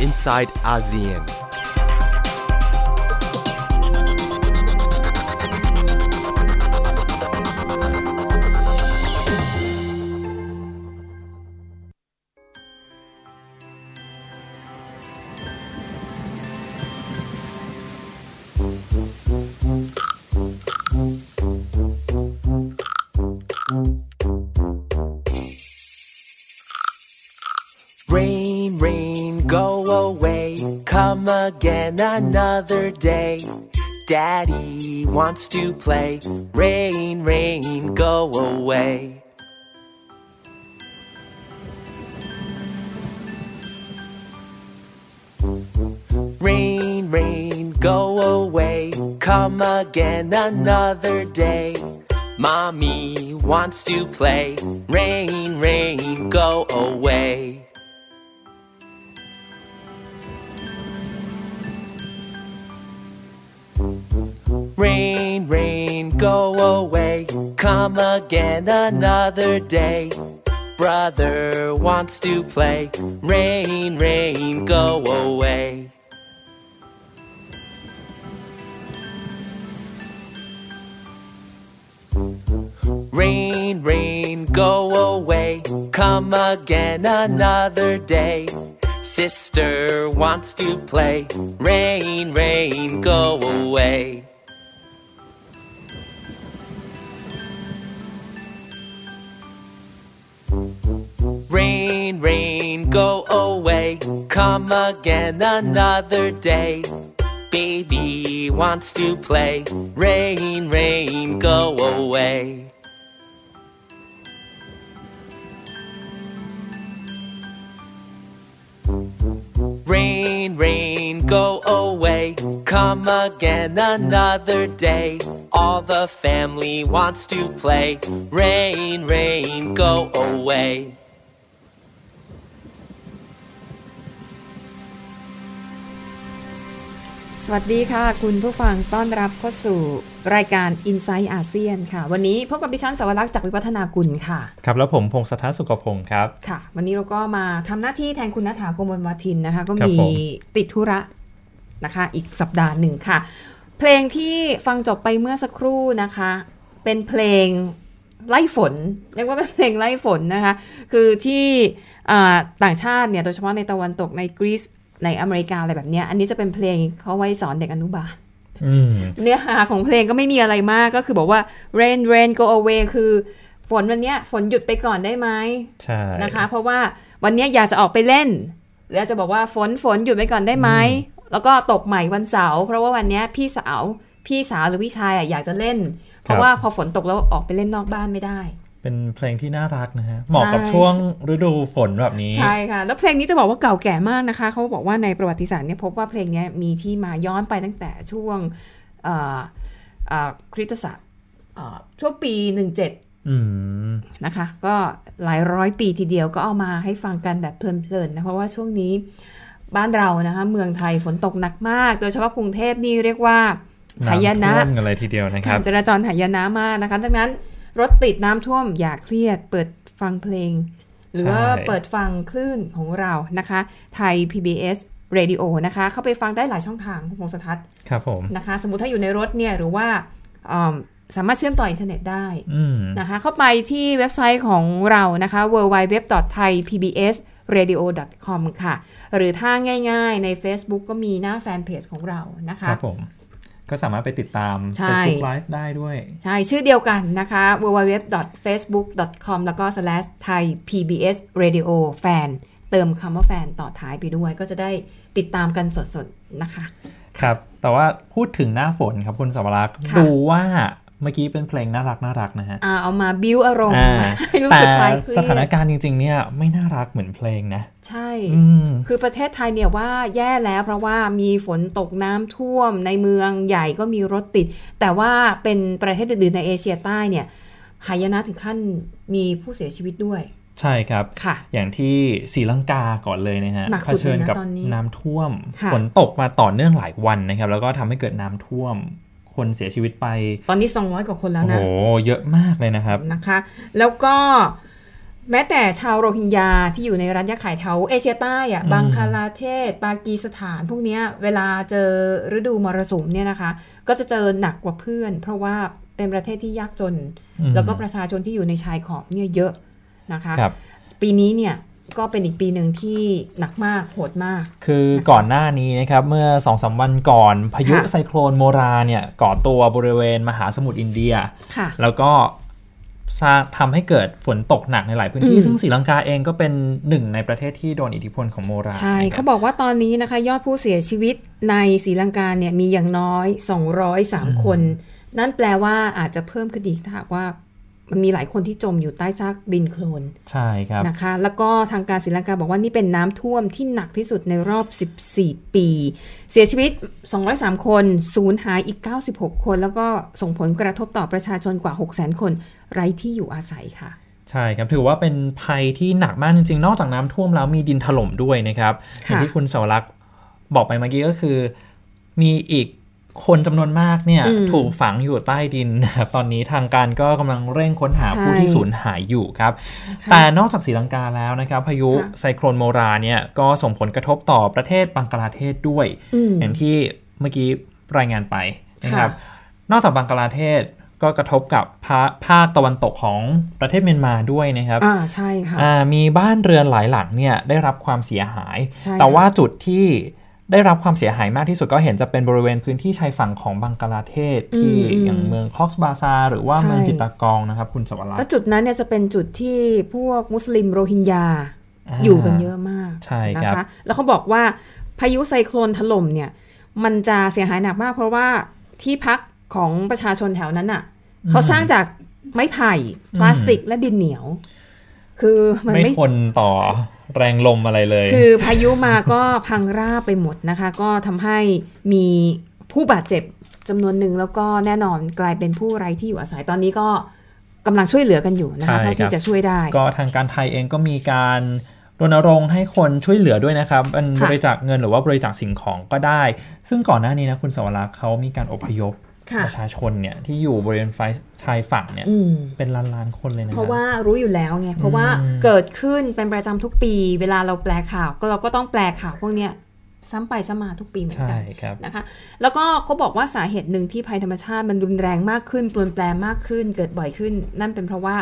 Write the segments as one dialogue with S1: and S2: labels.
S1: inside ASEAN.
S2: Rain, rain, go away. Come again another day. Daddy wants to play. Rain, rain, go away. Rain, rain, go away. Come again another day. Mommy wants to play. Rain, rain, go away. Rain, rain, go away. Come again another day. Brother wants to play. Rain, rain, go away. Rain, rain, go away. Come again another day. Sister wants to play. Rain, rain, go away. Rain, rain, go away. Come again another day. Baby wants to play. Rain, rain, go away. Rain, rain, go away. Come again another day. All the family wants to play. Rain, rain, go away.
S3: ๆ สวัสดีค่ะ คุณผู้ฟังต้อนรับเข้าสู่รายการ i n s i ซต์อาเซียนค่ะ วันนี้พบกับดิฉันสวรักษ์จากวิวัฒนากุลค่ะ
S4: ครับแล้วผมพงศธรสุขพงศ์ครับ
S3: ค่ะ วันนี้เราก็มาทำหน้าที่แทนคุณนัฐากมลวัทินนะคะ ก็
S4: ครับ
S3: มี
S4: ผม
S3: ติดธุระนะคะ อีกสัปดาห์หนึ่งค่ะ เพลงที่ฟังจบไปเมื่อสักครู่นะคะ เป็นเพลงไล่ฝนเรียกว่าเป็นเพลงไล่ฝนนะคะ คือที่อ่าต่างชาติเนี่ยโดยเฉพาะในตะวันตกในกรีซในอเมริกาอะไรแบบเนี้ยอันนี้จะเป็นเพลงเขาไว้สอนเด็กอนุบาล
S4: อืม
S3: เนื้อหาของเพลงก็ไม่มีอะไรมากก็คือบอกว่า rain rain go away คือฝนวันเนี้ยฝนหยุดไปก่อนได้ไหม
S4: ใช่
S3: นะคะเพราะว่าวันเนี้ยอยากจะออกไปเล่น หรืออาจจะบอกว่าฝนฝนหยุดไว้ก่อนได้ไหมแล้วก็ตกใหม่วันเสาร์เพราะว่าวันเนี้ยพี่สาวพี่สาวหรือพี่ชายอะอยากจะเล่น เพราะว่าพอฝนตกแล้วออกไปเล่นนอกบ้านไม่ได้
S4: เป็นเพลงที่น่ารักนะฮะ เหมาะกับช่วงฤดูฝนแบบนี้
S3: ใช่ค่ะ แล้วเพลงนี้จะบอกว่าเก่าแก่มากนะคะเขาบอกว่าในประวัติศาสตร์เนี่ยพบว่าเพลงเนี้ยมีที่มาย้อนไปตั้งแต่ช่วงเอ่อเอ่อคริสตศักราชเอ่อช่วงปี 17
S4: อืม
S3: นะคะก็หลายร้อยปีทีเดียวก็เอามาให้ฟังกันแบบเพลินๆนะเพราะว่าช่วงนี้บ้านเรานะคะเมืองไทยฝนตกหนักมาก โดยเฉพาะกรุงเทพนี่เรียกว่าหายนะ
S4: ท่วมกันเลยทีเดียวนะครับ
S3: จราจรหายนะมากนะคะดังนั้นรถติดน้ำท่วมอย่าเครียด เปิดฟังเพลง หรือว่า
S4: ใช่
S3: เปิดฟังคลื่นของเรานะคะ ไทย PBS Radio นะคะ เข้าไปฟังได้หลายช่องทางคุณพงศทัศน์
S4: ครับผม
S3: นะคะ สมมติถ้าอยู่ในรถเนี่ยหรือว่าอืมสามารถเชื่อมต่ออินเทอร์เน็ตได้
S4: อืม
S3: นะคะเข้าไปที่เว็บไซต์ของเรานะคะ www.thaipbsradio.com ค่ะ หรือถ้าง่ายๆใน Facebook ก็มีหน้าแฟนเพจของเรานะคะ
S4: ครับผม ก็สามารถไปติดตาม
S3: ใช่
S4: Facebook Live ได้ด้วย
S3: ใช่ ชื่อเดียวกันนะคะ www.facebook.com แล้วก็ slash thai pbs radio fan เติมคำว่าแฟนต่อท้ายไปด้วย ก็จะได้ติดตามกันสดๆนะคะ
S4: ครับ แต่ว่าพูดถึงหน้าฝนครับคุณสวรักษ์
S3: ค่ะ
S4: ดูว่าเมื่อกี้เป็นเพลงน่ารักน่ารักนะฮะ
S3: อ่าเอามาบิวอารมณ์
S4: อ่า
S3: ให้รู้
S4: แต่
S3: สึกคลายเครี
S4: สถาย น
S3: ด
S4: การณ์จริง ๆ เนี่ยไม่น่ารักเหมือนเพลงนะ
S3: ใช่
S4: อืม
S3: คือประเทศไทยเนี่ยว่าแย่แล้วเพราะว่ามีฝนตกน้ำท่วมในเมืองใหญ่ก็มีรถติด แต่ว่าเป็นประเทศอื่นๆในเอเชียใต้เนี่ยหายนะถึงขั้นมีผู้เสียชีวิตด้วย
S4: ใช่ครับ
S3: ค่ะ
S4: อย่างที่ศรีลังกาก่อนเลยนะฮะ
S3: หนัก
S4: เผ
S3: สุดเลยนะ
S4: ชิญกับ
S3: ตอนนี้
S4: น้ำท่วม
S3: ค่ะ
S4: ฝนตกมาต่อเนื่องหลายวันนะครับ แล้วก็ทำให้เกิดน้ำท่วม คนเสียชีวิตไป
S3: ตอนนี้ 200 กว่าคนแล้
S4: โอ้
S3: ว
S4: โห
S3: นะ
S4: เยอะมากเลยนะครับ
S3: นะคะ แล้วก็ แม้แต่ชาวโรฮิงญาที่อยู่ในรัฐยะไข่แถวเอเชียใต้อะ
S4: อืม
S3: บังคลาเทศ ปากีสถาน พวกเนี้ยเวลาเจอฤดูมรสุมเนี่ยนะคะ ก็จะเจอหนักกว่าเพื่อน เพราะว่าเป็นประเทศที่ยากจน
S4: อืม
S3: แล้วก็ประชาชนที่อยู่ในชายขอบเนี่ยเยอะนะคะ
S4: ครับ
S3: ปีนี้เนี่ยก็เป็นอีกปีหนึ่งที่หนักมากโหดมาก
S4: คือก่อนหน้านี้นะครับ เมื่อ2อสวันก่อนพายุ
S3: ค่ะ
S4: ไซโคลนโมราเนี่ยก่อตัวบริเวณมหาสมุทรอินเดีย
S3: ค่ะ
S4: แล้วก็สร้างทำให้เกิดฝนตกหนักในหลายพื้นที่
S3: อืม
S4: ซึ่งศรีลังกาเองก็เป็นหนึ่งในประเทศที่โดนอิทธิพลของโมรา
S3: ใช่
S4: นะครั
S3: เขาบอกว่าตอนนี้นะคะ ยอดผู้เสียชีวิตในศรีลังกาเนี่ยมีอย่างน้อย 203 คน นั่นแปลว่าอาจจะเพิ่มขึ้นอีกถ้าหากว่ามันมีหลายคนที่จมอยู่ใต้ซากดินโคลน
S4: ใช่ครับ
S3: นะคะ แล้วก็ทางการศรีลังกาบอกว่านี่เป็นน้ำท่วมที่หนักที่สุดในรอบ 14 ปี เสียชีวิต 203 คนสูญหายอีก 96 คน แล้วก็ส่งผลกระทบต่อประชาชนกว่า 600,000 คนไร้ที่อยู่อาศัยค่ะ
S4: ใช่ครับ ถือว่าเป็นภัยที่หนักมากจริงๆ นอกจากน้ำท่วมแล้วมีดินถล่มด้วยนะครับอ
S3: ค่ะ
S4: ย่างที่คุณสวรักษ์บอกไปเมื่อกี้ก็คือ มีอีกคนจำนวนมากเนี่ยถูกฝังอยู่ใต้ดินนะครับตอนนี้ทางการก็กำลังเร่งค้นหาผู้ที่สูญหายอยู่ครับ แต่นอกจากศรีลังกาแล้วนะครับ พายุไซโคลนโมราเนี่ยก็ส่งผลกระทบต่อประเทศบังกลาเทศด้วย
S3: อืม
S4: อย่างที่เมื่อกี้รายงานไปนะครับ
S3: ค่
S4: นอกจากบังกลาเทศก็กระทบกับภาภาคตะวันตกของประเทศเมียนมาด้วยนะครับ
S3: อ่าใช่ค่ะ
S4: อ่ามีบ้านเรือนหลายหลังเนี่ยได้รับความเสียหาย
S3: ใช่ค่ะ
S4: แต่ว่าจุดที่ได้รับความเสียหายมากที่สุดก็เห็นจะเป็นบริเวณพื้นที่ชายฝั่งของบังกลาเทศ ที่
S3: อืม
S4: อย่างเมืองคอกซ์บาซาร์หรือว่า
S3: ใช่
S4: เมืองจิตตากองนะครับ คุณสวรั
S3: แล้
S4: ก
S3: ว
S4: ษ์
S3: จุดนั้นเนี่ยจะเป็นจุดที่พวกมุสลิมโรฮิงญา
S4: อ่า
S3: อยู่กันเยอะมาก
S4: ใช่
S3: นะครับ คะ แล้วเขาบอกว่าพายุไซโคลนถล่มเนี่ย มันจะเสียหายหนักมากเพราะว่าที่พักของประชาชนแถวนั้นอ่ะเขาสร้างจากไม้ไผ่พลาสติกและดินเหนียว คือมัน
S4: ไม่
S3: ไม่
S4: ทนต่อแรงลมอะไรเลย
S3: คือพายุมาก็พังราบไปหมดนะคะ ก็ทำให้มีผู้บาดเจ็บจำนวนหนึ่งแล้วก็แน่นอนกลายเป็นผู้ไร้ที่อยู่อาศัยตอนนี้ก็กำลังช่วยเหลือกันอยู่นะคะ
S4: ใช่ครับ
S3: เท่าที่จะช่วยได้
S4: ก็ทางการไทยเองก็มีการรณรงค์ให้คนช่วยเหลือด้วยนะครับเป็น
S3: ค่ะ
S4: บริจาคเงินหรือว่าบริจาคสิ่งของก็ได้ ซึ่งก่อนหน้านี้นะคุณสวรักษ์เขามีการอพยพ
S3: ค่ะ
S4: ประชาชนเนี่ยที่อยู่บริเวณไฟชายฝั่งเนี่ย
S3: อืม
S4: เป็นล้านล้านๆคนเลยนะค
S3: เพ
S4: บ
S3: ราะว่ารู้อยู่แล้วไง เพราะว่า
S4: อืม
S3: เกิดขึ้นเป็นประจำทุกปี เวลาเราแปลข่าวก็เราก็ต้องแปลข่าวพวกเนี้ยซ้ำไปซ้ำมาทุกปีเหมือน
S4: ใช่
S3: กัน
S4: ครับ
S3: นะคะแล้วก็เขาบอกว่าสาเหตุหนึ่งที่ภัยธรรมชาติมันรุนแรงมากขึ้น เปลี่ยนแปลงมากขึ้น เกิดบ่อยขึ้น นั่นเป็นเพราะว่า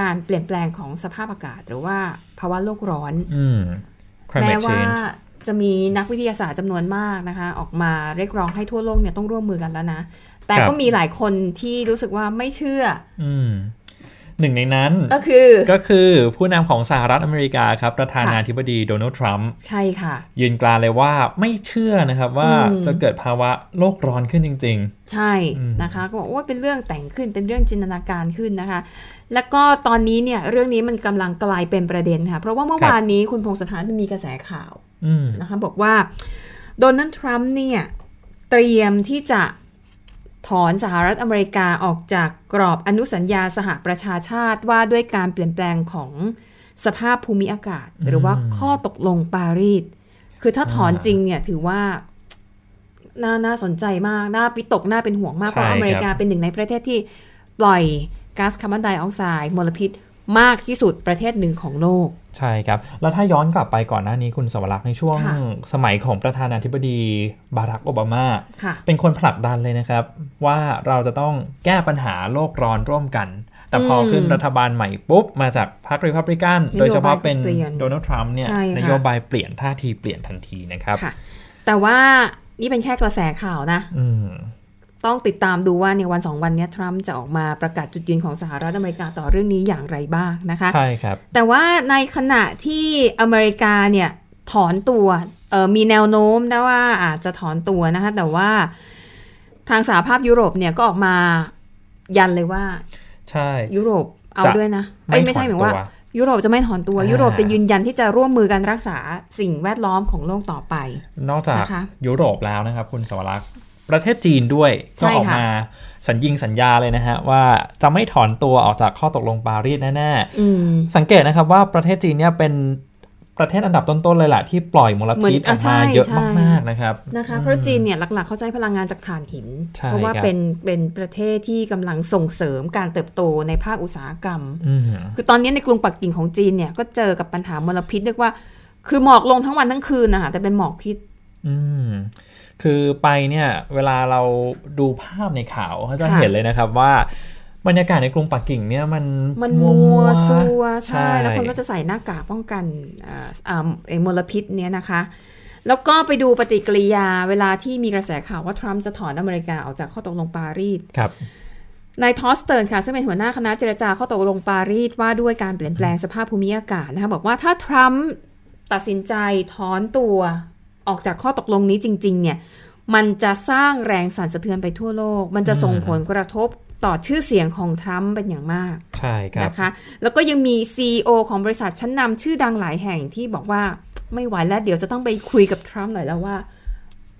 S3: การเปลี่ยนแปลงของสภาพอากาศ หรือว่าภาวะโลกร้อน
S4: อืม
S3: แม้
S4: climate
S3: ว่า
S4: change
S3: จะมีนักวิทยาศาสตร์จำนวนมากนะคะ ออกมาเรียกร้องให้ทั่วโลกเนี่ยต้องร่วมมือกันแล้วนะ แต่
S4: ครับ
S3: ก็มีหลายคนที่รู้สึกว่าไม่เชื่อ
S4: อืมหนึ่งในนั้น
S3: ก็คือ
S4: ก็คือผู้นำของสหรัฐอเมริกาครับประธานาธิบดีโดนัลด์ทรัมป์
S3: ใช่ค่ะ
S4: ยืนกรานเลยว่าไม่เชื่อนะครับว่า
S3: อืม
S4: จะเกิดภาวะโลกร้อนขึ้นจริง
S3: ใช่
S4: อืม
S3: นะคะก็บอกว่าเป็นเรื่องแต่งขึ้นเป็นเรื่องจินตนาการขึ้นนะคะ แล้วก็ตอนนี้เนี่ยเรื่องนี้มันกำลังกลายเป็นประเด็นค่ะ เพราะว่าเมื่อวานนี้คุณพงศธรมันมีกระแสข่าว
S4: ๆ อืม
S3: นะคะ บอกว่าโดนัลด์ทรัมป์เนี่ย เตรียมที่จะถอนสหรัฐอเมริกาออกจากกรอบอนุสัญญาสหประชาชาติว่าด้วยการเปลี่ยนแปลงของสภาพภูมิอากาศ หรือว่า
S4: อืม
S3: ข้อตกลงปารีส คือถ้าถอนจริงเนี่ยถือว่า น่าน่าสนใจมากน่าปิตกน่าเป็นห่วงมาก
S4: ใช่
S3: เพราะอเมริกา
S4: ครับ
S3: เป็นหนึ่งในประเทศที่ปล่อยก๊าซคาร์บอนไดออกไซด์มลพิษมากที่สุดประเทศหนึ่งของโลก
S4: ใช่ครับ แล้วถ้าย้อนกลับไปก่อนหน้านี้คุณสวรักษ์ในช่วง
S3: ค่ะ
S4: สมัยของประธานาธิบดีบารักโอบามา
S3: ค่ะ
S4: เป็นคนผลักดันเลยนะครับ ว่าเราจะต้องแก้ปัญหาโลกร้อนร่วมกัน แต่พออ
S3: ม
S4: ขึ้นรัฐบาลใหม่ปุ๊บ มาจากพรรครีพับลิกัน โดยเฉพาะเป็น
S3: นโยบายก็เปลี่ยน
S4: โดนัลด์ทรัมป์เนี่ย
S3: ใช่ค่ะ
S4: นโยบายเปลี่ยนท่าทีเปลี่ยนทันทีนะครับ
S3: ค่ะ แต่ว่านี่เป็นแค่กระแสข่าวนะ
S4: อืม
S3: ต้องติดตามดูว่าในวันสองวันเนี้ยทรัมป์จะออกมาประกาศจุดยืนของสหรัฐอเมริกาต่อเรื่องนี้อย่างไรบ้างนะคะ
S4: ใช่ครับ
S3: แต่ว่าในขณะที่อเมริกาเนี่ยถอนตัวเอ่อมีแนวโน้มนะว่าอาจจะถอนตัวนะคะแต่ว่าทางสหภาพยุโรปเนี่ยก็ออกมายันเลยว่า
S4: ใช่
S3: ยุโรปเอา
S4: จะ
S3: ด้วยนะเอ้ยไม่ใช่ห
S4: ไม่
S3: มา
S4: ถอน
S3: ยว่า
S4: ตัว
S3: ยุโรปจะไม่ถอนตัว
S4: อ่ายุ
S3: ยุโรปจะยืนยันที่จะร่วมมือกันรักษาสิ่งแวดล้อมของโลกต่อไป
S4: นอกจาก
S3: นะคะ
S4: ยุโรปแล้วนะครับ คุณสวรักษ์ประเทศจีนด้วยก็ออกมาสัญญิงสัญญาเลยนะฮะว่าจะไม่ถอนตัวออกจากข้อตกลงปารีสแน่ๆ
S3: อืม
S4: สังเกตนะครับว่าประเทศจีนเนี่ยเป็น ประเทศอันดับต้นๆเลยล่ะ ที่ปล่อยมล
S3: เหมือน
S4: พิษอ
S3: อ่ะ
S4: อก
S3: ใช่
S4: มาเยอะ
S3: ใช่
S4: มากๆนะครับ
S3: นะคะ
S4: อืม
S3: เพราะจีนเนี่ยหลักๆ เขาใช้พลังงานจากถ่านหิน
S4: ใช่
S3: เพราะว่า
S4: ครับ
S3: เป็นเป็นประเทศที่กำลังส่งเสริมการเติบโตในภาคอุตสาหกรรม
S4: อืม
S3: คือตอนนี้ในกรุงปักกิ่งของจีนเนี่ยก็เจอกับปัญหามลพิษเรียกว่า คือหมอกลงทั้งวันทั้งคืนนะคะแต่เป็นหมอกพิษ
S4: อืมคือไปเนี่ย เวลาเราดูภาพในข่าวเขาจะ
S3: ค่ะ
S4: เห็นเลยนะครับว่าบรรยากาศในกรุงปักกิ่งเนี่ยมัน
S3: มันมัว
S4: ๆ
S3: ซัวใช่
S4: ใช่
S3: แล้วคนก็จะใส่หน้ากากป้องกันอ่าอ่าไอ้มลพิษเนี่ยนะคะ แล้วก็ไปดูปฏิกิริยาเวลาที่มีกระแสข่าวว่าทรัมป์จะถอนอเมริกาออกจากข้อตกลงปารีส
S4: ครับ
S3: นายทอสเติร์นค่ะ ซึ่งเป็นหัวหน้าคณะเจรจาข้อตกลงปารีสว่าด้วยการเปลี่ยนแปลงสภาพภูมิอากาศนะคะบอกว่าถ้าทรัมป์ตัดสินใจถอนตัวออกจากข้อตกลงนี้จริง ๆ เนี่ย มันจะสร้างแรงสั่นสะเทือนไปทั่วโลก มันจะส่ง
S4: อืม
S3: ผลกระทบต่อชื่อเสียงของทรัมป์เป็นอย่างมาก
S4: ใช่ครับ
S3: นะคะ แล้วก็ยังมี CEO ของบริษัทชั้นนำชื่อดังหลายแห่งที่บอกว่าไม่ไหวแล้วเดี๋ยวจะต้องไปคุยกับทรัมป์หน่อยแล้วว่า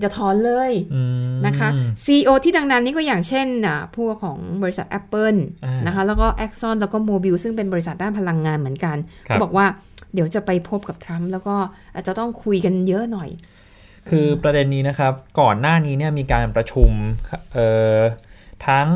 S3: อย่าถอนเลย
S4: อืม
S3: นะคะ CEO ที่ดังๆนี้ก็อย่างเช่นอ่ะพวกของบริษัท Apple
S4: อ่าน
S3: นะคะ แล้วก็ Exxon แล้วก็ Mobil ซึ่งเป็นบริษัทด้านพลังงานเหมือนกัน
S4: ครับ
S3: ก็บอกว่าเดี๋ยวจะไปพบกับทรัมป์แล้วก็อาจจะต้องคุยกันเยอะหน่อย
S4: คือประเด็นนี้นะครับก่อนหน้านี้เนี่ยมีการประชุมเอ่อทั้ง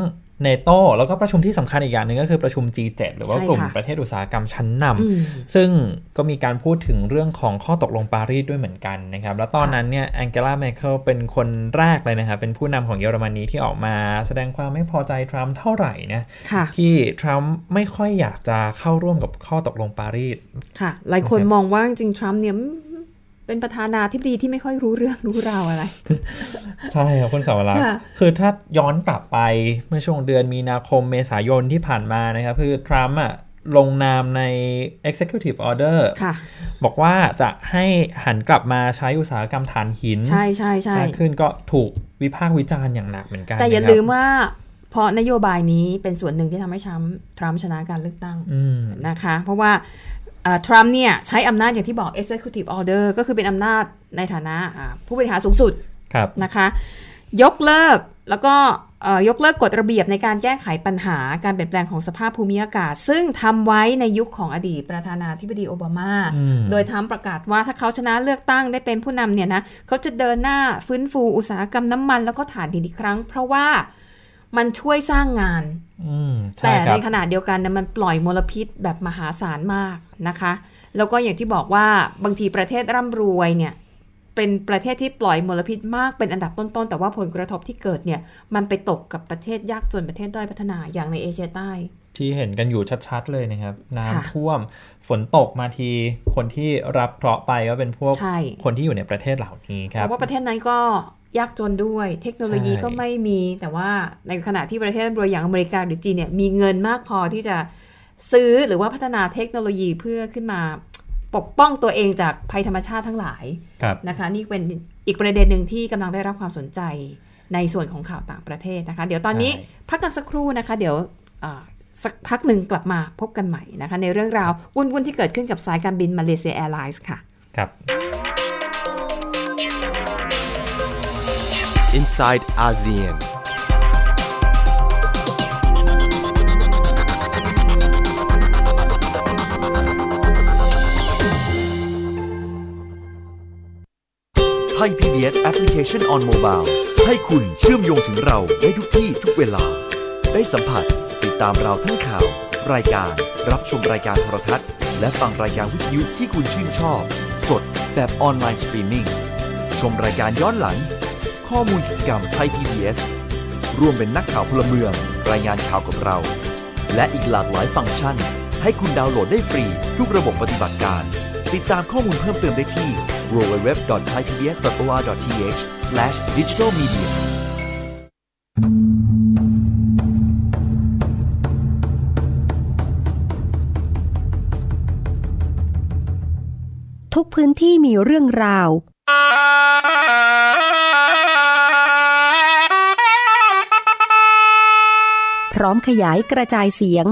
S4: เนโตแล้วก็ประชุมที่สำคัญอีกอย่างหนึ่งก็คือประชุม G7 หรือว่า
S3: ใช่ค่ะ
S4: กลุ่มประเทศอุตสาหกรรมชั้นนำ
S3: อืม
S4: ซึ่งก็มีการพูดถึงเรื่องของข้อตกลงปารีสด้วยเหมือนกันนะครับ แล้วตอนนั้นเนี่ยแองเกลาเมเคิลเป็นคนแรกเลยนะครับ เป็นผู้นำของเยอรมนีที่ออกมาแสดงความไม่พอใจทรัมป์เท่าไหร่นะ
S3: ค่ะ
S4: ที่ทรัมป์ไม่ค่อยอยากจะเข้าร่วมกับข้อตกลงปารีส
S3: ค่ะ หลายคน
S4: นะครับ
S3: มองว่าจริงๆทรัมป์เนี่ยเป็นประธานาธิบดีที่ไม่ค่อยรู้เรื่องรู้ราวอะไร
S4: ใช่ครับคุณสาวรักษ์
S3: ค่ะ
S4: คือถ้าย้อนกลับไปเมื่อช่วงเดือนมีนาคมเมษายนที่ผ่านมานะครับ คือทรัมป์อ่ะลงนามใน executive order
S3: ค่ะ
S4: บอกว่าจะให้หันกลับมาใช้อุตสาหกรรมถ่านหิน
S3: ใช่ใช่ใช่
S4: มากขึ้นก็ถูกวิพากษ์วิจารณ์อย่างหนักเหมือนกัน
S3: แต่อย่า
S4: นะครับ
S3: ลืมว่าเพราะนโยบายนี้เป็นส่วนหนึ่งที่ทำให้ทรัมป์ทรัมป์ชนะการเลือกตั้ง
S4: อืม
S3: นะคะ เพราะว่าเอ่อทรัมป์เนี่ยใช้อำนาจอย่างที่บอก executive order ก็คือเป็นอำนาจในฐานะอ่าผู้บริหารสูงสุด
S4: ครับ
S3: นะคะ ยกเลิกแล้วก็เอ่อยกเลิกกฎระเบียบในการแก้ไขปัญหาการเปลี่ยนแปลงของสภาพภูมิอากาศ ซึ่งทำไว้ในยุคของอดีตประธานาธิบดีโอบามา
S4: อืม
S3: โดยทรัมป์ประกาศว่าถ้าเขาชนะเลือกตั้งได้เป็นผู้นำเนี่ยนะเขาจะเดินหน้าฟื้นฟูอุตสาหกรรมน้ำมันแล้วก็ถ่านหินอีกครั้ง เพราะว่ามันช่วยสร้างงาน
S4: อืมใช่
S3: แต่
S4: ครั
S3: ใน
S4: บ
S3: ขณะเดียวกันนะมันปล่อยมลพิษแบบมหาศาลมากนะคะ แล้วก็อย่างที่บอกว่าบางทีประเทศร่ำรวยเนี่ยเป็นประเทศที่ปล่อยมลพิษมากเป็นอันดับต้นๆ แต่ว่าผลกระทบที่เกิดเนี่ยมันไปตกกับประเทศยากจนประเทศด้อยพัฒนาอย่างในเอเชียใต้
S4: ที่เห็นกันอยู่ชัดๆเลยนะครับ
S3: ค่ะ
S4: น้ำท่วมฝนตกมาที คนที่รับเคราะห์ไปก็เป็นพวก
S3: ใช่
S4: คนที่อยู่ในประเทศเหล่านี้ค
S3: เพ
S4: รับ
S3: ราะว่าประเทศนั้นก็ยากจนด้วย เทคโนโลยี
S4: ใช่
S3: ก็ไม่มี แต่ว่าในขณะที่ประเทศรวยอย่างอเมริกาหรือจีนเนี่ยมีเงินมากพอที่จะซื้อหรือว่าพัฒนาเทคโนโลยีเพื่อขึ้นมาปกป้องตัวเองจากภัยธรรมชาติทั้งหลาย
S4: ครับ
S3: นะคะ นี่เป็นอีกประเด็นหนึ่งที่กำลังได้รับความสนใจในส่วนของข่าวต่างประเทศนะคะ เดี๋ยวตอนนี้
S4: ใช่
S3: พักกันสักครู่นะคะ เดี๋ยวอ่าสักพักหนึ่งกลับมาพบกันใหม่นะคะ ในเรื่องราววุ่นๆที่เกิดขึ้นกับสายการบินมาเลเซียแอร์ไลน์ค่ะ
S4: ครับ
S2: Inside ASEAN.
S1: Thai PBS Application on Mobile ให้คุณเชื่อมโยงถึงเราได้ทุกที่ทุกเวลา ได้สัมผัสติดตามเราทั้งข่าว รายการรับชมรายการโทรทัศน์ และฟังรายการวิทยุที่คุณชื่นชอบ สดแบบออนไลน์สตรีมมิ่งชมรายการย้อนหลัง ข้อมูลกิจกรรมไทย PBS ร่วมเป็นนักข่าวพลเมือง รายงานข่าวกับเรา และอีกหลากหลายฟังก์ชัน ให้คุณดาวน์โหลดได้ฟรี ทุกระบบปฏิบัติการ ติดตามข้อมูลเพิ่มเติมได้ที่ www.thaipbs.or.th/digitalmedia
S5: ทุกพื้นที่มีเรื่องราว พร้อมขยายกระจายเสียง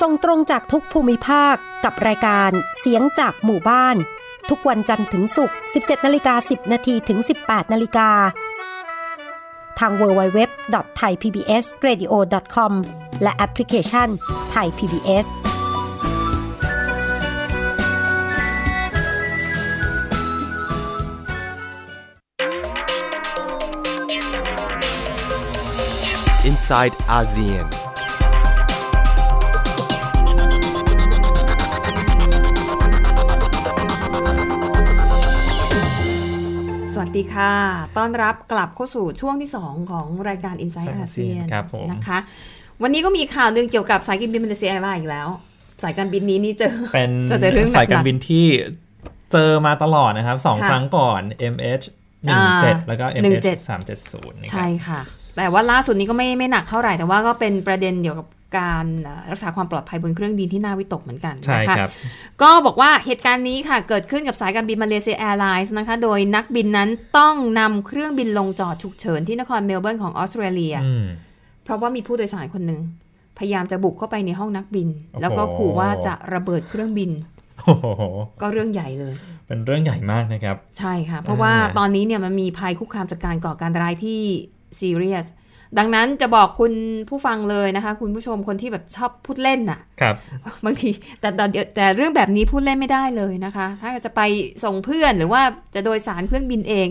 S5: ส่งตรงจากทุกภูมิภาคกับรายการเสียงจากหมู่บ้าน ทุกวันจันทร์ถึงศุกร์ 17นาฬิกา10 นาทีถึง 18นาฬิกาทาง www.thaipbsradio.com และแอปพลิเคชัน Thai PBS
S2: inside ASEAN.
S3: สวัสดีค่ะ ต้อนรับกลับเข้าสู่ช่วงที่ 2 ของรายการ i n s i ซ e อาเซีย
S4: ASEAN
S3: น
S4: ครับผม
S3: นะคะ วันนี้ก็มีข่าวหนึ่งเกี่ยวกับสายการบินมาเลเซียแอร์ไลน์อีกแล้ว สายการบินนี้นี่เจอ
S4: เป็น
S3: เจอแต่เรื่องหนักๆ
S4: สายการบินที่เจอมาตลอดนะครับสอง
S3: ค่ะ
S4: ครั้งก่อน MH
S3: อ่า
S4: 17 แล้วก็ MH
S3: 17
S4: 370นะครับ
S3: ใช่ค่ะ แต่ว่าล่าสุดนี้ก็ไม่ไม่หนักเท่าไหร่แต่ว่าก็เป็นประเด็นเกี่ยวกับการเอ่อรักษาความปลอดภัยบนเครื่องบินที่น่าวิตกเหมือนกัน
S4: ใช่
S3: นะะ
S4: ครับ
S3: ก็บอกว่าเหตุการณ์นี้ค่ะ เกิดขึ้นกับสายการบินมาเลเซียแอร์ไลน์นะคะ โดยนักบินนั้นต้องนำเครื่องบินลงจอดฉุกเฉินที่นครเมลเบิร์นของออสเตรเลีย
S4: อืม
S3: เพราะว่ามีผู้โดยสารคนหนึ่งพยายามจะบุกเข้าไปในห้องนักบิน
S4: โอ้โห
S3: แล้วก็ขู่ว่าจะระเบิดเครื่องบิน
S4: โอ้โห
S3: ก็เรื่องใหญ่เลย
S4: เป็นเรื่องใหญ่มากนะครับ
S3: ใช่ค่ะ เพราะว่าตอนนี้เนี่ยมันมีภัยคุกคามจากการก่อการร้ายที่ซีเรียสดังนั้นจะบอกคุณผู้ฟังเลยนะคะ คุณผู้ชมคนที่แบบชอบพูดเล่นน่ะ
S4: ครับ
S3: บางทีแต่แต่เดี๋ยวแต่เรื่องแบบนี้พูดเล่นไม่ได้เลยนะคะ ถ้าจะไปส่งเพื่อนหรือว่าจะโดยสารเครื่องบินเอง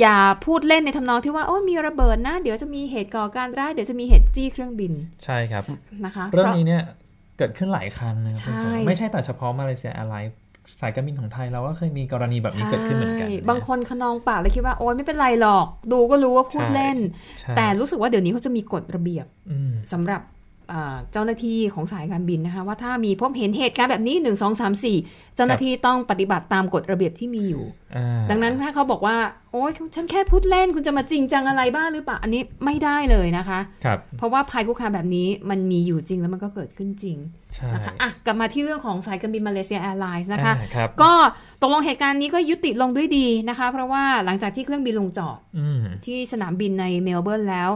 S3: อย่าพูดเล่นในทำนองที่ว่าโอ้ยมีระเบิดนะ เดี๋ยวจะมีเหตุก่อการร้ายเดี๋ยวจะมีเหตุจี้เครื่องบิน
S4: ใช่ครับ
S3: นะคะ
S4: เรื่องนี้เนี่ยเกิดขึ้นหลายครั้งนะครับ
S3: ใช่
S4: คุณผู้ชมไม่ใช่แต่เฉพาะมาเลเซียอะไรสายการบินของไทยเราก็เคยมีกรณีแบบนี้เกิดขึ้นเหมือนกัน
S3: ใช่
S4: นะ
S3: บางคนขนองปากเลยคิดว่าโอ้ยไม่เป็นไรหรอก ดูก็รู้ว่าพูดเล่น
S4: ใช่
S3: แต่รู้สึกว่าเดี๋ยวนี้เขาจะมีกฎระเบียบ
S4: อืม
S3: สำหรับอ่าเจ้าหน้าที่ของสายการบินนะคะ ว่าถ้ามีพบเห็นเหตุการณ์แบบนี้1 2 3 4 เจ้าหน้าที่ต้องปฏิบัติตามกฎระเบียบที่มีอยู่
S4: อ่า
S3: ดังนั้นถ้าเขาบอกว่า โอ๊ยฉันแค่พูดเล่นคุณจะมาจริงจังอะไรบ้างหรือเปล่า อันนี้ไม่ได้เลยนะคะ
S4: ครับ
S3: เพราะว่าภัยคุกคามแบบนี้มันมีอยู่จริงแล้วมันก็เกิดขึ้นจริง
S4: ใช่
S3: นะคะอ่ะกลับมาที่เรื่องของสายการบินมาเลเซียแอร์ไลน์นะคะ
S4: อ่าครับ
S3: ก็ตกลงเหตุการณ์นี้ก็ยุติลงด้วยดีนะคะ เพราะว่าหลังจากที่เครื่องบินลงจอด
S4: อืม
S3: ที่สนามบินในเมลเบิร์นแล้ว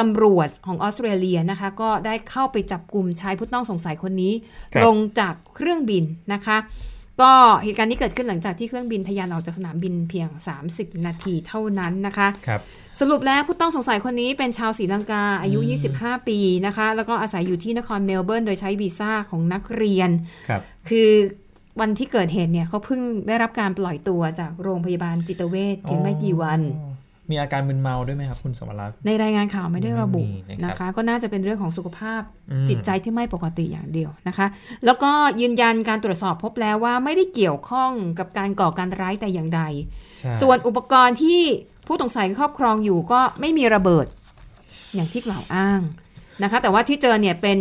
S3: ตำรวจของออสเตรเลียนะคะ ก็ได้เข้าไปจับกลุ่มชายผู้ต้องสงสัยคนนี้
S4: ครับ
S3: ลงจากเครื่องบินนะคะ ก็เหตุการณ์นี้เกิดขึ้นหลังจากที่เครื่องบินทะยานออกจากสนามบินเพียง 30 นาทีเท่านั้นนะคะ
S4: ครับ
S3: สรุปแล้วผู้ต้องสงสัยคนนี้เป็นชาวศรีลังกาอายุ
S4: อืม
S3: 25 ปีนะคะ แล้วก็อาศัยอยู่ที่นครเมลเบิร์นโดยใช้วีซ่าของนักเรียน
S4: ครับ
S3: คือวันที่เกิดเหตุเนี่ยเขาเพิ่งได้รับการปล่อยตัวจากโรงพยาบาลจิตเวชเพียงไม่กี่วัน
S4: อ๋อมีอาการมึนเมาด้วยไหมครับ คุณสมรักษ์
S3: ในรายงานข่าวไม่ได้ระบุ
S4: ไม่มีนะ
S3: นะครับ คะ ก็น่าจะเป็นเรื่องของสุขภาพ
S4: อืม
S3: จิตใจที่ไม่ปกติอย่างเดียวนะคะ แล้วก็ยืนยันการตรวจสอบพบแล้วว่าไม่ได้เกี่ยวข้องกับการก่อการร้ายแต่อย่างใด
S4: ใช่
S3: ส่วนอุปกรณ์ที่ผู้ต้องสัยครอบครองอยู่ก็ไม่มีระเบิดอย่างที่กล่าวอ้างนะคะ แต่ว่าที่เจอเนี่ยเป็น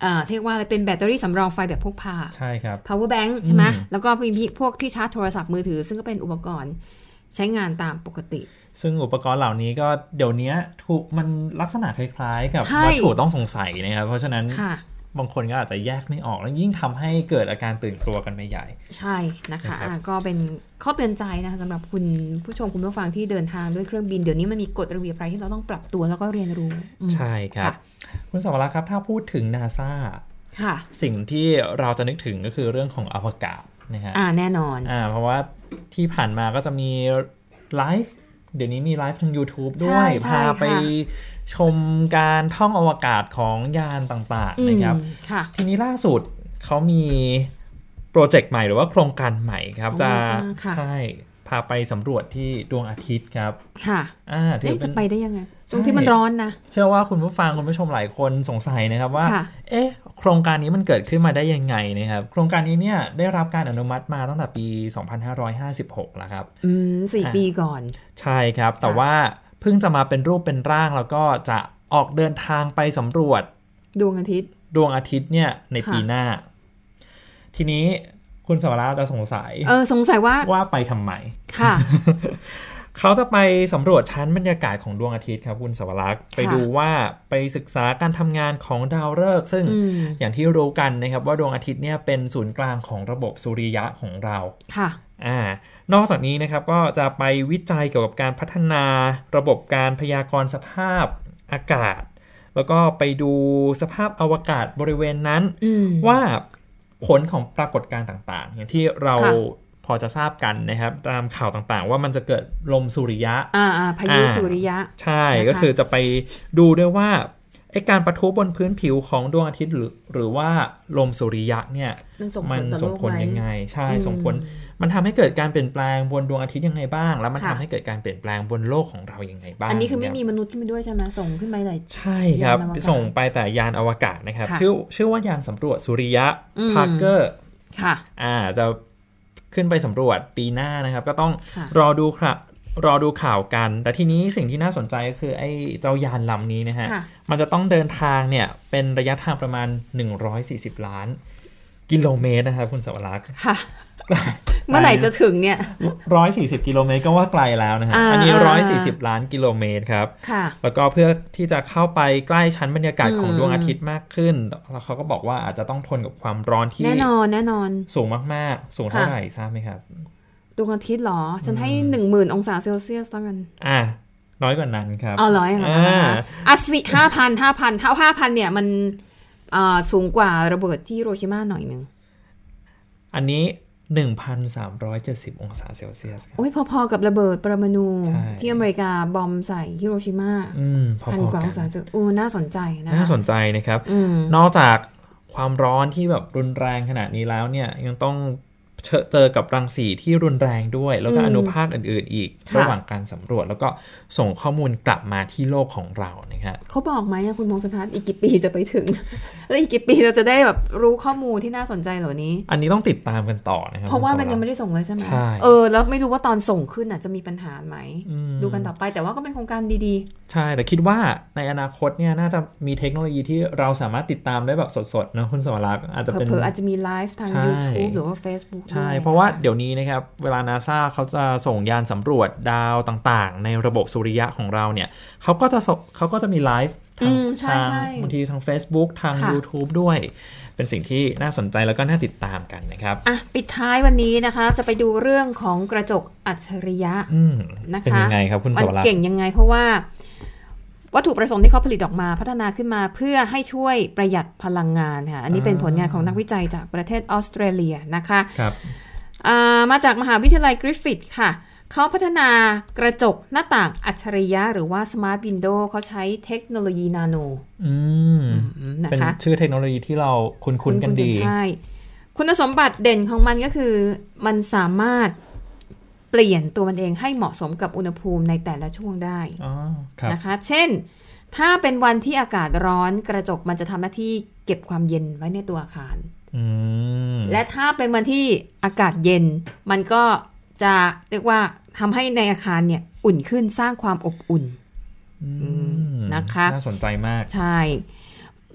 S3: เอ่อเรียกว่าอะไรเป็นแบตเตอรี่สำรองไฟแบบพกพา
S4: ใช่ครับ
S3: power bank ใช่ไหม
S4: อืม
S3: แล้วก็มีพวกที่ชาร์จโทรศัพท์มือถือ ซึ่งก็เป็นอุปกรณ์ใช้งานตามปกติ
S4: ซึ่งอุปกรณ์เหล่านี้ก็เดี๋ยวนี้ถูกมันลักษณะคล้ายๆ กับ
S3: ใช่
S4: วัตถุต้องสงสัยนะครับ เพราะฉะนั้น
S3: ค่ะ
S4: บางคนก็อาจจะแยกไม่ออกแล้วยิ่งทำให้เกิดอาการตื่นกลัวกันไปใหญ่
S3: ใช่นะคะ
S4: นะครับ
S3: อ่ะก็เป็นข้อเตือนใจนะคะสำหรับคุณผู้ชมคุณผู้ฟังที่เดินทางด้วยเครื่องบิน เดี๋ยวนี้มันมีกฎระเบียบอะไรที่เราต้องปรับตัวแล้วก็เรียนรู้อืม
S4: ใช่ครับ
S3: ค่ะ
S4: คุณสมรักษ์ครับถ้าพูดถึงนาซา
S3: ค่ะ
S4: สิ่งที่เราจะนึกถึงก็คือเรื่องของอวกาศนะฮะ
S3: อ่าแน่นอน
S4: อ่า เพราะว่าที่ผ่านมาก็จะมีไลฟ์ เดี๋ยวนี้มีไลฟ์ทาง YouTube
S3: ใช่
S4: ด้วย
S3: ใช่
S4: พาไป
S3: ค่ะ
S4: ชมการท่องอวกาศของยานต่างๆนะครับ
S3: อืมค่ะ
S4: ทีนี้ล่าสุดเขามีโปรเจกต์ใหม่หรือว่าโครงการใหม่ครับ
S3: อ๋อ
S4: จะ
S3: ทราบค่ะ
S4: ใช่พาไปสำรวจที่ดวงอาทิตย์ครับ
S3: ค่ะ
S4: อ่าถื
S3: เอ๊ะ
S4: อเป็
S3: จะ
S4: น
S3: ไปได้ยังไงตร
S4: ใช่
S3: งที่มันร้อนนะ
S4: เชื่อว่าคุณผู้ฟังคุณผู้ชมหลายคนสงสัยนะครับว่า
S3: ค่ะ
S4: เอ๊ะ โครงการนี้มันเกิดขึ้นมาได้ยังไงนะครับ โครงการนี้เนี่ยได้รับการอนุมัติมาตั้งแต่ปี 2556 แล้วครับ
S3: อืมสี่
S4: อ่ะ
S3: ปีก่อน
S4: ใช่ครับ แต่
S3: ค่ะ
S4: ว่าเพิ่งจะมาเป็นรูปเป็นร่างแล้วก็จะออกเดินทางไปสำรวจ
S3: ดวงอาทิตย์
S4: ดวงอาทิตย์เนี่ยใน
S3: ค่ะ
S4: ปีหน้า ทีนี้คุณสวราจะสงสัย
S3: เออสงสัยว่า
S4: ว่าไปทำไม
S3: ค่ะ
S4: เขาจะไปสำรวจชั้นบรรยากาศของดวงอาทิตย์ครับคุณสวรักษ์ไปดูว่าไปศึกษาการทำงานของดาวฤกษ์ซึ่ง
S3: อืม
S4: อย่างที่รู้กันนะครับว่าดวงอาทิตย์เนี่ยเป็นศูนย์กลางของระบบสุริยะของเรา
S3: ค่ะ
S4: อ่านอกจากนี้นะครับก็จะไปวิจัยเกี่ยวกับการพัฒนาระบบการพยากรณ์สภาพอากาศ แล้วก็ไปดูสภาพอวกาศบริเวณนั้น
S3: อืม
S4: ว่าผลของปรากฏการณ์ต่างๆ อย่างที่เรา
S3: ค่ะ
S4: พอจะทราบกันนะครับ ตามข่าวต่างๆ ว่ามันจะเกิดลมสุริยะ
S3: อ่าอ่าพายุ
S4: อ่า
S3: สุริยะ
S4: ใช่
S3: นะคะ
S4: ก็คือจะไปดูด้วยว่า ไอการประทุบนพื้นผิวของดวงอาทิตย์หรือหรือว่าลมสุริยะเนี่ย
S3: มันส่งผ
S4: มั
S3: ล
S4: น
S3: ต่อ
S4: ส่ง
S3: โลก
S4: ผล
S3: ไหม
S4: ยังไง ใช่
S3: อืม
S4: ส่งผล มันทำให้เกิดการเปลี่ยนแปลงบนดวงอาทิตย์ยังไงบ้าง แล้วมัน
S3: ค่ะ
S4: ทำให้เกิดการเปลี่ยนแปลงบนโลกของเรายังไงบ้าง
S3: อันนี้คือไม่
S4: เย
S3: มีมนุษย์ขึ้นไปด้วยใช่ไหมส่งขึ้นไปแต่
S4: ใช่ครับ
S3: ยานอวกาศ
S4: ส่งไปแต่ยานอวกาศนะครับ
S3: ค่ะ
S4: ชื่อชื่อว่ายานสำรวจสุริยะ
S3: อืม
S4: พาร์เกอร์
S3: ค่ะ
S4: อ่าจะขึ้นไปสำรวจปีหน้านะครับ ก็ต้อง
S3: ค่ะ
S4: รอดูครับรอดูข่าวกัน แต่ทีนี้สิ่งที่น่าสนใจก็คือไอ้เจ้ายานลำนี้นะฮะ
S3: ค่ะ
S4: มันจะต้องเดินทางเนี่ย เป็นระยะทางประมาณ 140 ล้าน กิโลเมตรนะครับ คุณสวรักษ์
S3: ค่ะ เมื่อไหร่จะถึงเนี่ย
S4: 140 กิโลเมตรก็ว่าไกลแล้วนะฮะ
S3: อ่า
S4: อันนี้
S3: อ่า
S4: 140 ล้านกิโลเมตรครับ
S3: ค่ะ
S4: แล้วก็เพื่อที่จะเข้าไปใกล้ชั้นบรรยากาศของ
S3: อืม
S4: ดวงอาทิตย์มากขึ้น แล้วเขาก็บอกว่าอาจจะต้องทนกับความร้อนที่
S3: แน่นอนแน่นอน
S4: สูงมากๆ สูงเท่าไหร่ทราบไหมครับ
S3: ดวงอาทิตย์เหรอ ฉันให้หนึ่งหมื่นองศาเซลเซียสแล้วกัน
S4: อ่ะน้อยกว่านั้นครับ
S3: เอาร้อยเหรอคะ
S4: อ่า
S3: อ่ะสิห้าพันห้าพันเท่าห้าพันเนี่ยมันอ่าสูงกว่าระเบิดที่ฮิโรชิมาหน่อยหนึ่ง
S4: อันนี้ 1,370 องศาเซลเซียสครับ
S3: โอ้ยพอๆกับระเบิดปรมาณู
S4: ใช่
S3: ที่อเมริกาบอมใส่ฮิโรชิมา
S4: อืมพอ
S3: พันกว่า
S4: ๆ
S3: อ
S4: กั
S3: งศาน เซลเซียสโอ้น่าสนใจนะคะ
S4: น่าสนใจนะครับ
S3: อืม
S4: นอกจากความร้อนที่แบบรุนแรงขนาดนี้แล้วเนี่ยยังต้องเจอเจอกับรังสีที่รุนแรงด้วย แล้วก็
S3: อืม
S4: อนุภาคอื่น ๆ อีก
S3: ค่ะ
S4: ระหว่างการสำรวจ แล้วก็ส่งข้อมูลกลับมาที่โลกของเรานะครับ
S3: เขาบอกไหมอะคุณมงสพัฒน์อีกกี่ปีจะไปถึง แล้วอีกกี่ปีเราจะได้แบบรู้ข้อมูลที่น่าสนใจเหล่านี้
S4: อันนี้ต้องติดตามกันต่อนะครับ
S3: เพราะว่า
S4: คุณ
S3: มันยัง
S4: สำห
S3: ไม่ได้ส่งเลยใช่ไหม
S4: ใช่
S3: เออแล้วไม่รู้ว่าตอนส่งขึ้นอ่ะจะมีปัญหาไหม
S4: ม
S3: ดูกันต่อไปแต่ว่าก็เป็นโครงการดี
S4: ใช่ แต่คิดว่าในอนาคตเนี่ยน่าจะมีเทคโนโลยีที่เราสามารถติดตามได้แบบสดๆนะคุณสวรักษ์อาจ
S3: ๆ
S4: จะเป็น
S3: เผลอๆอาจจะมีไลฟ์ทาง
S4: ใช่
S3: YouTube หรือว่า Facebook
S4: ใช่
S3: ด้วย
S4: เพราะว่าเดี๋ยวนี้นะครับ เวลานาซาเขาจะส่งยานสำรวจดาวต่างๆ ในระบบสุริยะของเราเนี่ยเขาก็จะส่งเขาก็จะมีไลฟ์ทาง
S3: อืมใช่
S4: ทาง
S3: ใช่
S4: บางทีทาง Facebook ทาง
S3: ค่ะ
S4: YouTube ด้วย เป็นสิ่งที่น่าสนใจแล้วก็น่าติดตามกันนะครับ
S3: อ่ะ ปิดท้ายวันนี้นะคะ จะไปดูเรื่องของกระจกอัจฉริยะ
S4: อืม
S3: นะคะ
S4: เป็นยังไงครับคุณ
S3: มั
S4: สวรักษ์
S3: เก่งยังไงเพราะว่า วัตถุประสงค์ที่เขาผลิตออกมาพัฒนาขึ้นมาเพื่อให้ช่วยประหยัดพลังงานค่ะอันนี้เป็นผลงานของนักวิจัยจากประเทศออสเตรเลียนะคะ
S4: ครับ
S3: อ่ามาจากมหาวิทยาลัยกริฟฟิตค่ะ เขาพัฒนากระจกหน้าต่างอัจฉริยะ หรือว่า Smart Window เขาใช้เทคโนโลยีนาโน
S4: อืม
S3: นะ
S4: เป็น
S3: คะ
S4: ชื่อเทคโนโลยีที่เราคุ้นๆกันดี
S3: ใช่ คุณสมบัติเด่นของมันก็คือ มันสามารถเปลี่ยนตัวมันเองให้เหมาะสมกับอุณหภูมิในแต่ละช่วงได้
S4: อ๋อ ครับ
S3: นะคะ เช่น ถ้าเป็นวันที่อากาศร้อนกระจกมันจะทำหน้าที่เก็บความเย็นไว้ในตัวอาคาร
S4: อืม
S3: และถ้าเป็นวันที่อากาศเย็น มันก็จะเรียกว่าทำให้ในอาคารเนี่ยอุ่นขึ้นสร้างความอบอุ่น
S4: อืม
S3: นะคะ
S4: น่าสนใจมาก
S3: ใช่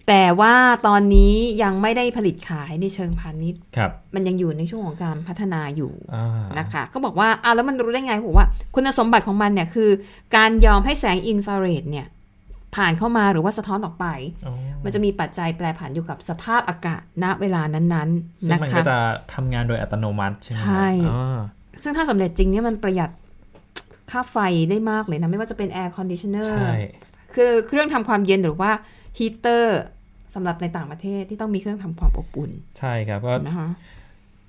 S3: แต่ว่าตอนนี้ยังไม่ได้ผลิตขายในเชิงพาณิชย์
S4: ครับ
S3: มันยังอยู่ในช่วงของการพัฒนาอยู่
S4: อ่าน
S3: นะคะก็บอกว่าอ้าวแล้วมันรู้ได้ไงผมว่า คุณสมบัติของมันเนี่ยคือ การยอมให้แสงอินฟราเรดเนี่ยผ่านเข้ามาหรือว่าสะท้อนออกไป
S4: อ๋อ
S3: มันจะมีปัจจัยแปรผันอยู่กับสภาพอากาศณเวลานั้นๆ
S4: ซึ่ง
S3: นะ
S4: มัน
S3: คะ
S4: ก็จะทำงานโดยอัตโนมัติใช่ไหม
S3: ใช่
S4: ครับอ่า
S3: ซึ่งถ้าสำเร็จจริงเนี่ยมันประหยัดค่าไฟได้มากเลยนะ ไม่ว่าจะเป็นแอร์คอนดิชเนอร์
S4: ใช่
S3: คือเครื่องทำความเย็นหรือว่าฮีเตอร์สำหรับในต่างประเทศที่ต้องมีเครื่องทำความอบอุ่น
S4: ใช่ครับก็
S3: นะคะ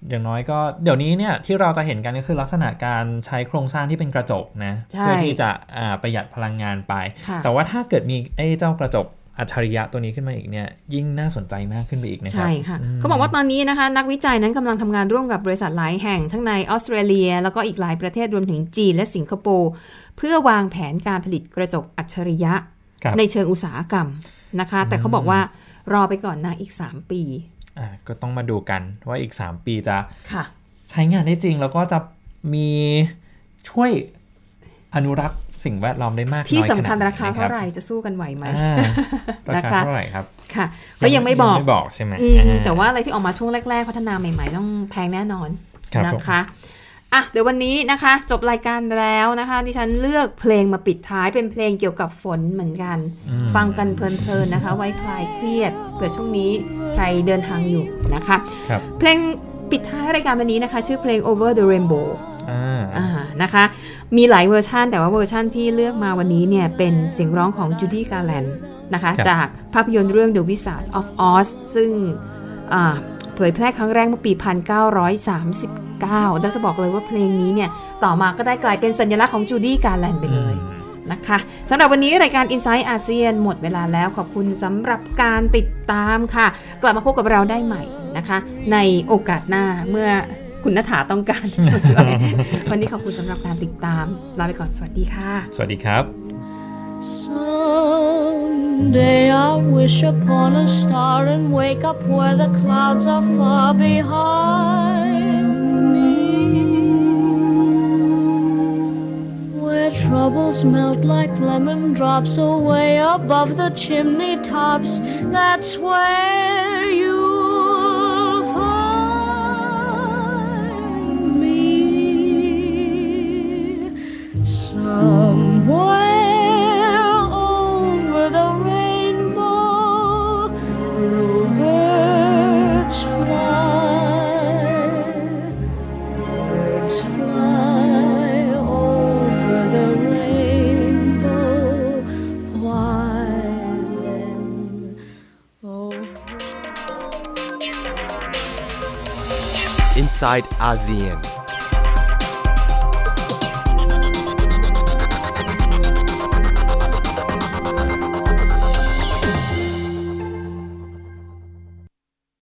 S4: อย่างน้อยก็เดี๋ยวนี้เนี่ยที่เราจะเห็นกันก็คือลักษณะการใช้โครงสร้างที่เป็นกระจกนะ
S3: ใช่
S4: เพื่อที่จะอ่าประหยัดพลังงานไป
S3: ค่ะ
S4: แต่ว่าถ้าเกิดมีไอ้เจ้ากระจกอัจฉริยะตัวนี้ขึ้นมาอีกเนี่ยยิ่งน่าสนใจมากขึ้นไปอีกนะครั
S3: ใช่ค่ะ เขาบอกว่าตอนนี้นะคะ นักวิจัยนั้นกำลังทำงานร่วมกับบริษัทหลายแห่งทั้งในออสเตรเลีย แล้วก็อีกหลายประเทศรวมถึงจีนและสิงคโปร์เพื่อวางแผนการผลิตกระจกอัจฉริยะ
S4: ครับ
S3: ในเชิงอุตสาหกรรมนะคะ แต่เขาบอกว่ารอไปก่อนนะอีก 3 ปี
S4: อ่าก็ต้องมาดูกันว่าอีก 3 ปีจะ
S3: ค่ะ
S4: ใช้งานได้จริง แล้วก็จะมีช่วยอนุรักษ์สิ่งแวดล้อมได้มากน้อย
S3: ที่สำคัญ
S4: นด
S3: ราคา
S4: นะบ
S3: เท่าไหร่จะสู้กันไหวไหม
S4: อ่ารา
S3: นะคะ
S4: คาเท่าไหร่ครับ
S3: ค่ะก็ยังไม่บอก
S4: ไม่บอกใช่ไหม
S3: อืม
S4: อ่
S3: แต่ว่าอะไรที่ออกมาช่วงแรก ๆ พัฒนาใหม่ ๆ ต้องแพงแน่นอน
S4: ครับ
S3: นะ
S4: ผม
S3: คะอ่ะเดี๋ยววันนี้นะคะ จบรายการแล้วนะคะที่ฉันเลือกเพลงมาปิดท้ายเป็นเพลงเกี่ยวกับฝนเหมือนกัน ฟังกันเพลินๆนะคะ ไว้คลายเครียดเผื่อช่วงนี้ใครเดินทางอยู่นะคะ
S4: ครับ
S3: เพลงปิดท้ายรายการวันนี้นะคะ ชื่อเพลง Over the Rainbow
S4: อ่า
S3: อ่านะคะ มีหลายเวอร์ชันแต่ว่าเวอร์ชันที่เลือกมาวันนี้เนี่ย เป็นเสียงร้องของจูดี้กาแลนนะคะ
S4: ครับ
S3: จากภาพยนตร์เรื่อง The Wizard of Oz ซึ่งอ่าเผยแพร่ครั้งแรกเมื่อปี 1939 แล้วจะบอกเลยว่าเพลงนี้เนี่ย ต่อมาก็ได้กลายเป็นสัญลักษณ์ของจูดี้กาแลนไปเลย นะคะสำหรับวันนี้รายการ i n s i ซต์อาเซียนหมดเวลาแล้วขอบคุณสำหรับการติดตามค่ะ กลับมาพบกับเราได้ใหม่นะคะ ในโอกาสหน้าเมื่อคุณนัฐาต้องการ ตัวช่วย วันนี้ขอบคุณสำหรับการติดตามลาไปก่อนสวัสดีค่ะ
S4: สวัสดีครับ
S6: Someday I'll wish upon a star and wake up where the clouds are far behind me. Where troubles melt like lemon drops away above the chimney tops. That's where you'll find me. Somewhere over the rainbow, bluebirds fly. Birds fly over the rainbow. Why then? Oh.
S2: Inside ASEAN.